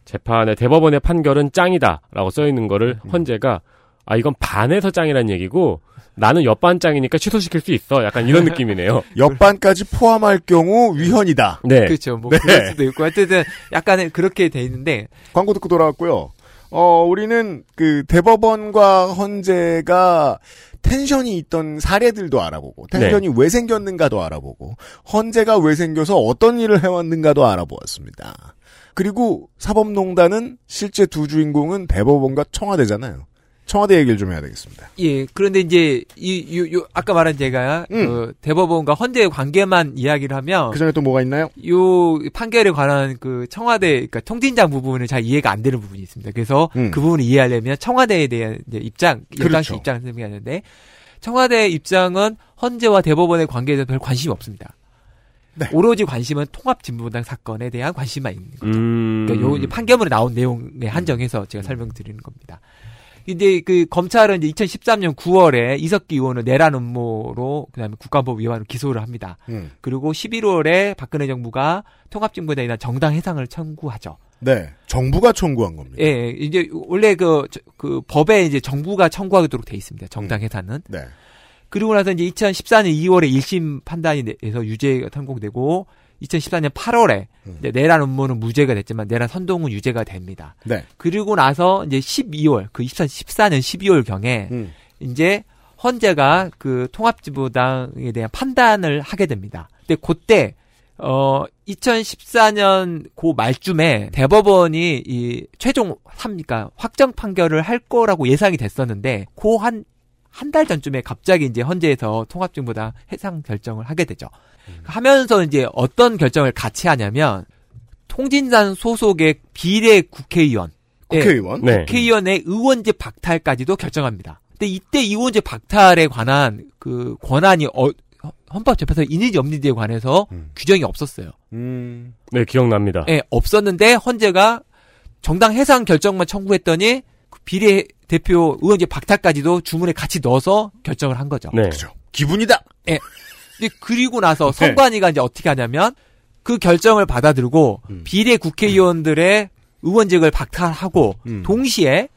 재판의 대법원의 판결은 짱이다라고 써 있는 거를 헌재가 아 이건 반에서 짱이란 얘기고 나는 옆반 짱이니까 취소시킬 수 있어. 약간 이런 느낌이네요.
옆반까지 포함할 경우 위헌이다.
네.
그렇죠. 뭐 그럴 수도 있고 어쨌든 약간은 그렇게 돼 있는데
광고 듣고 돌아왔고요. 어, 우리는 그 대법원과 헌재가 텐션이 있던 사례들도 알아보고, 텐션이 왜 생겼는가도 알아보고, 헌재가 왜 생겨서 어떤 일을 해왔는가도 알아보았습니다. 그리고 사법농단은 실제 두 주인공은 대법원과 청와대잖아요. 청와대 얘기를 좀 해야 되겠습니다.
예, 그런데 이제 이 요 요 아까 말한 제가 그 대법원과 헌재의 관계만 이야기를 하면
그 전에 또 뭐가 있나요?
요 판결에 관한 그 청와대 그러니까 청진장 부분을 잘 이해가 안 되는 부분이 있습니다. 그래서 그 부분을 이해하려면 청와대에 대한 이제 입장, 그
그렇죠.
당시 입장 설명이 하는데 청와대 입장은 헌재와 대법원의 관계에 대해서 별 관심이 없습니다. 오로지 관심은 통합진보당 사건에 대한 관심만 있는 거죠.
음.
그러니까 요 이제 판결문에 나온 내용에 한정해서 제가 설명드리는 겁니다. 근데 그 검찰은 이제 2013년 9월에 이석기 의원을 내란 음모로 그다음에 국가법 위반으로 기소를 합니다.
음.
그리고 11월에 박근혜 정부가 통합진보당에 대한 정당 해상을 청구하죠.
네. 정부가 청구한 겁니다.
예, 이제 원래 그, 저- 그 법에 이제 정부가 청구하도록 돼 있습니다. 정당 해산은.
네.
그리고 나서 이제 2014년 2월에 1심 판단이 내서 유죄가 선고되고 2014년 8월에 내란 음모는 무죄가 됐지만 내란 선동은 유죄가 됩니다.
네.
그리고 나서 이제 12월 그 2014년 12월 경에
예. 음.
이제 헌재가 그 통합진보당에 대한 판단을 하게 됩니다. 근데 그때 어 2014년 고 말쯤에 대법원이 이 최종 합니까 확정 판결을 할 거라고 예상이 됐었는데 고한 한 달 전쯤에 갑자기 이제 헌재에서 통합진보당 해상 결정을 하게 되죠. 하면서 이제 어떤 결정을 같이 하냐면 통진산 소속의 비례 국회의원, 예.
국회의원? 네.
국회의원의 의원제 박탈까지도 결정합니다. 근데 이때 의원제 박탈에 관한 그 권한이 어, 헌법재판소 있는지 없는지에 관해서 규정이 없었어요.
음.
네, 기억납니다.
예, 없었는데 헌재가 정당 해상 결정만 청구했더니 그 비례 대표 의원제 박탈까지도 주문에 같이 넣어서 결정을 한 거죠.
네. 그죠.
기분이다.
예. 근데 그리고 나서
네.
선관위가 이제 어떻게 하냐면 그 결정을 받아들고
음.
비례 국회의원들의 의원직을 박탈하고
음.
동시에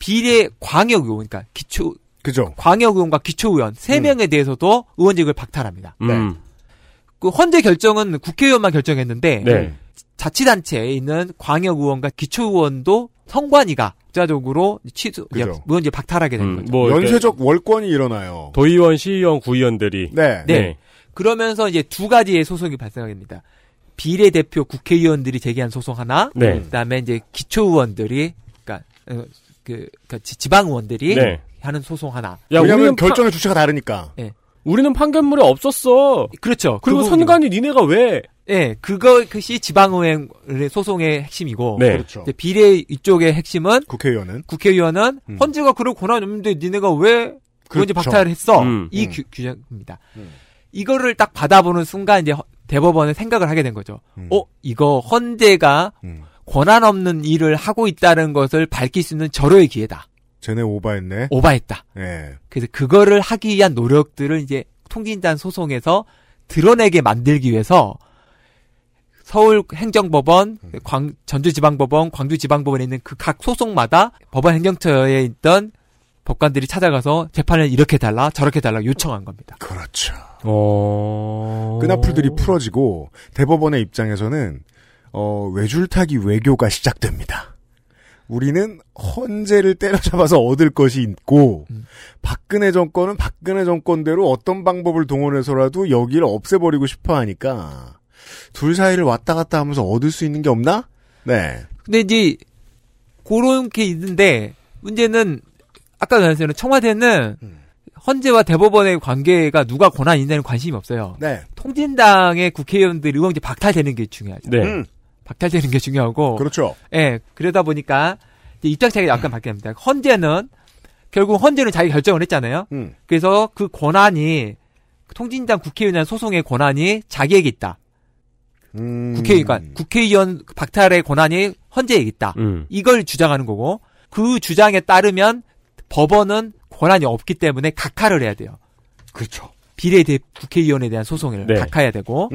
비례 광역 의원 그러니까 기초
그죠.
광역 의원과 기초 의원 세 명에 대해서도 의원직을 박탈합니다.
음.
그 헌재 결정은 국회의원만 결정했는데
네.
자치단체에 있는 광역 의원과 기초 의원도 선관위가 자적으로 취소
그죠.
의원직 박탈하게 되는
음,
거죠.
뭐 이렇게 연쇄적
월권이 일어나요.
도의원, 시의원, 구의원들이
네. 그러면서 이제 두 가지의 소송이 발생하게 됩니다. 비례대표 국회의원들이 제기한 소송 하나,
네.
그다음에 이제 기초의원들이, 그러니까 어, 그, 그 지- 지방의원들이
네.
하는 소송 하나.
야, 우리는 파-
다르니까.
예.
우리는 판결물에 없었어.
그렇죠.
그리고
그
선관위 니네가 왜?
예, 그것이 지방의회 소송의 핵심이고,
네. 그렇죠.
이제 비례 이쪽의 핵심은
국회의원은
국회의원은 헌재가 그럴 권한 없는데 니네가 왜 그런지
음. 그렇죠.
박탈을 했어?
음.
이
음.
규, 규정입니다. 이거를 딱 받아보는 순간 이제 허- 대법원은 생각을 하게 된 거죠.
음.
어, 이거 헌재가 권한 없는 일을 하고 있다는 것을 밝힐 수 있는 절호의 기회다.
쟤네 오바했네.
오바했다.
예.
그래서 그거를 하기 위한 노력들을 이제 통진단 소송에서 드러내게 만들기 위해서 서울 행정법원, 광- 전주지방법원, 광주지방법원에 있는 그 각 소송마다 법원 행정처에 있던 법관들이 찾아가서 재판을 이렇게 달라 저렇게 달라 요청한 겁니다.
그렇죠.
어.
끈앞풀들이 풀어지고 대법원의 입장에서는 어, 외줄타기 외교가 시작됩니다. 우리는 헌재를 때려잡아서 얻을 것이 있고
음.
박근혜 정권은 박근혜 정권대로 어떤 방법을 동원해서라도 여기를 없애버리고 싶어 하니까 둘 사이를 왔다 갔다 하면서 얻을 수 있는 게 없나? 네.
근데 이제 그런 게 있는데 문제는 아까 말했잖아요. 청와대는 헌재와 대법원의 관계가 누가 권한이 있냐는 관심이 없어요.
네.
통진당의 국회의원들이 의원직 박탈되는 게 중요하죠.
네. 음.
박탈되는 게
어.
중요하고.
그렇죠. 음.
예. 그러다 보니까 이제 입장 차이가 약간 바뀌게 됩니다. 헌재는 결국 헌재는 자기 결정을 했잖아요.
음.
그래서 그 권한이 그 통진당 국회의원 소송의 권한이 자기에게 있다.
음.
국회의관, 국회의원 박탈의 권한이 헌재에 있다.
음.
이걸 주장하는 거고 그 주장에 따르면 법원은 권한이 없기 때문에 각하를 해야 돼요.
그렇죠. 음.
비례대 국회의원에 대한 소송을
네.
각하해야 되고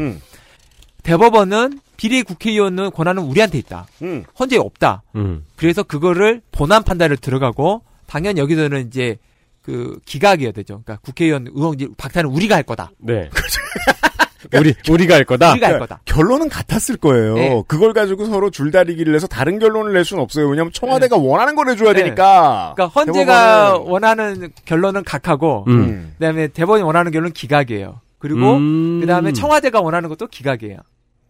대법원은 비례 국회의원은 권한은 우리한테 있다.
음.
헌재에 없다.
음.
그래서 그거를 본안 판단을 들어가고 당연 여기서는 이제 그 기각이어야 되죠. 그러니까 국회의원 의원 이제 박탈은 우리가 할 거다.
네. 우리 우리가 할 거다.
그러니까 우리가 할 거다.
그러니까 결론은 같았을 거예요.
네.
그걸 가지고 서로 줄다리기를 해서 다른 결론을 낼 수는 없어요. 왜냐하면 청와대가 원하는 걸 해줘야
네.
되니까.
그러니까 헌재가
대법원은.
원하는 결론은 각하고
음.
그다음에 대법원이 원하는 결론은 기각이에요. 그리고
음.
그다음에 청와대가 원하는 것도 기각이에요.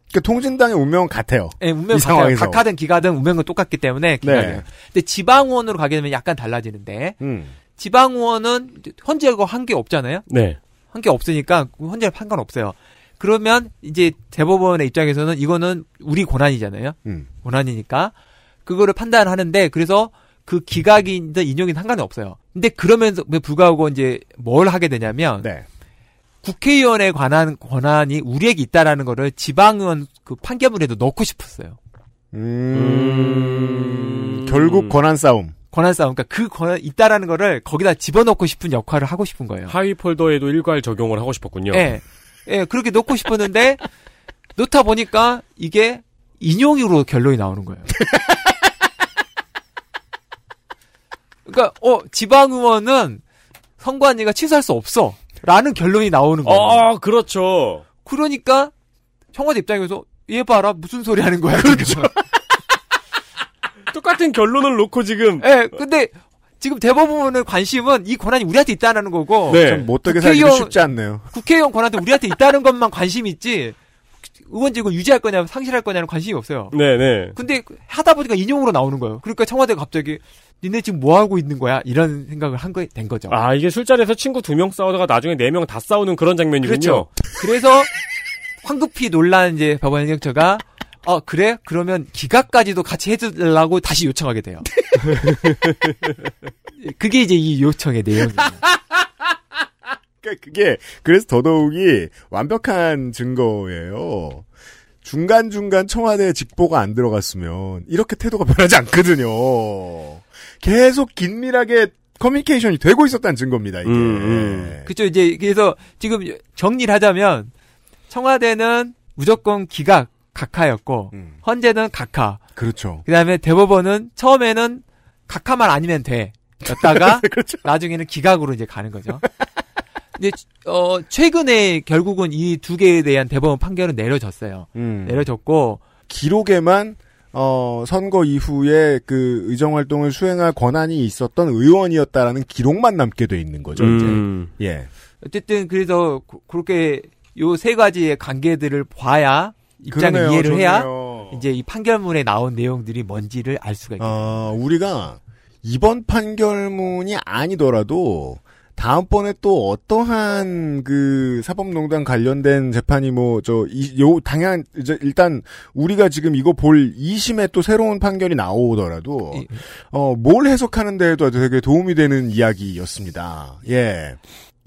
그러니까 통진당의 운명은 같아요.
예, 운명
이
같아요.
상황에서.
각하든 기가든 운명은 똑같기 때문에 기각이에요.
네.
근데 지방의원으로 가게 되면 약간 달라지는데
음.
지방의원은 헌재하고 한 게 없잖아요.
네.
한 게 없으니까 헌재 판건 없어요. 그러면 이제 대법원의 입장에서는 이거는 우리 권한이잖아요.
음.
권한이니까 그거를 판단하는데 그래서 그 기각이든 인용이 상관이 없어요. 근데 그러면서 불구하고 이제 뭘 하게 되냐면
네.
국회의원에 관한 권한이 우리에게 있다라는 거를 지방의원 그 판결문에도 넣고 싶었어요.
음, 결국 권한 싸움.
권한 싸움. 그러니까 그 권한 있다라는 거를 거기다 집어넣고 싶은 역할을 하고 싶은 거예요.
하위 폴더에도 일괄 적용을 하고 싶었군요.
예. 예, 그렇게 넣고 싶었는데 넣다 보니까 이게 인용으로 결론이 나오는 거예요. 그러니까 어 지방 의원은 선관위가 취소할 수 없어. 라는 결론이 나오는 거예요.
아, 그렇죠.
그러니까 청와대 입장에서 얘 봐라 무슨 소리 하는 거야. 그렇죠.
똑같은 결론을 놓고 지금.
예. 근데 지금 대법원의 관심은 이 권한이 우리한테 있다는 거고
네. 참 못되게 살기
국회의원-
쉽지 않네요.
국회의원 권한도 우리한테 있다는 것만 관심이 있지 의원직을 유지할 거냐 상실할 거냐는 관심이 없어요.
네네.
근데 하다 보니까 인용으로 나오는 거예요. 그러니까 청와대가 갑자기 니네 지금 뭐 하고 있는 거야? 이런 생각을 한 거 된 거죠.
아, 이게 술자리에서 친구 두 명 싸우다가 나중에 네 명 다 싸우는 그런 장면이군요.
그렇죠. 그래서 황급히 놀란 이제 법원 행정처가 어 그래 그러면 기각까지도 같이 해달라고 다시 요청하게 돼요. 그게 이제 이 요청의 내용이에요.
그러니까 그게 그래서 더더욱이 완벽한 증거예요. 중간중간 청와대에 직보가 안 들어갔으면 이렇게 태도가 변하지 않거든요. 계속 긴밀하게 커뮤니케이션이 되고 있었다는 증거입니다. 이게.
음,
음.
그죠 이제 그래서 지금 정리를 하자면 청와대는 무조건 기각 각하였고 헌재는 각하
음. 그렇죠.
그다음에 대법원은 처음에는 각하만 아니면 돼 였다가
그렇죠.
나중에는 기각으로 이제 가는 거죠. 근데 어 최근에 결국은 이 두 개에 대한 대법원 판결은 내려졌어요.
음.
내려졌고
기록에만 어, 선거 이후에 그 의정 활동을 수행할 권한이 있었던 의원이었다라는 기록만 남게 돼 있는 거죠.
음.
이제. 예.
어쨌든 그래서 고- 그렇게 요 세 가지의 관계들을 봐야 입장을
그러네요.
이해를
좋네요.
해야 이제 이 판결문에 나온 내용들이 뭔지를 알 수가 있죠.
어, 우리가 이번 판결문이 아니더라도 다음번에 또 어떠한 그 사법농단 관련된 재판이 뭐 저 요 당연 이제 일단 우리가 지금 이거 볼 2심에 또 새로운 판결이 나오더라도
예.
어 뭘 해석하는 데에도 되게 도움이 되는 이야기였습니다. 예.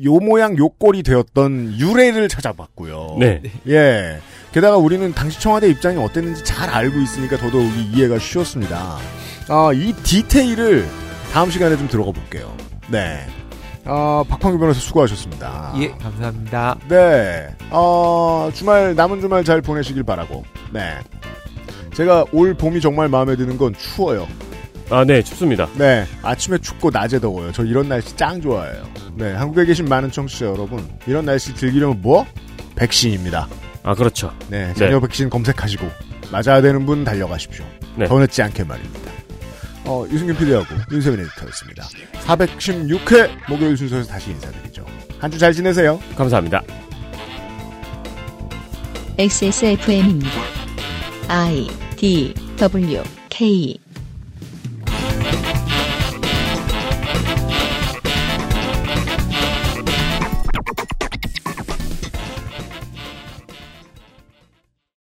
요 모양 요 꼴이 되었던 유래를
그렇죠.
찾아봤고요.
어,
네.
예. 게다가 우리는 당시 청와대 입장이 어땠는지 잘 알고 있으니까 더더욱이 이해가 쉬웠습니다. 아, 이 디테일을 다음 시간에 좀 들어가 볼게요. 네. 아, 박판규 변호사 수고하셨습니다.
예, 감사합니다.
네. 어, 주말, 남은 주말 잘 보내시길 바라고. 네. 제가 올 봄이 정말 마음에 드는 건 추워요.
아, 네, 춥습니다.
네. 아침에 춥고 낮에 더워요. 저 이런 날씨 짱 좋아해요. 네. 한국에 계신 많은 청취자 여러분. 이런 날씨 즐기려면 뭐? 백신입니다.
아, 그렇죠.
네. 자녀 백신 검색하시고. 맞아야 되는 분 달려가십시오.
네.
더 늦지 않게 말입니다. 어, 유승균 PD하고 윤세민 에디터였습니다. 416회 목요일 순서에서 다시 인사드리죠. 한 주 잘 지내세요.
감사합니다.
XSFM입니다. I D W K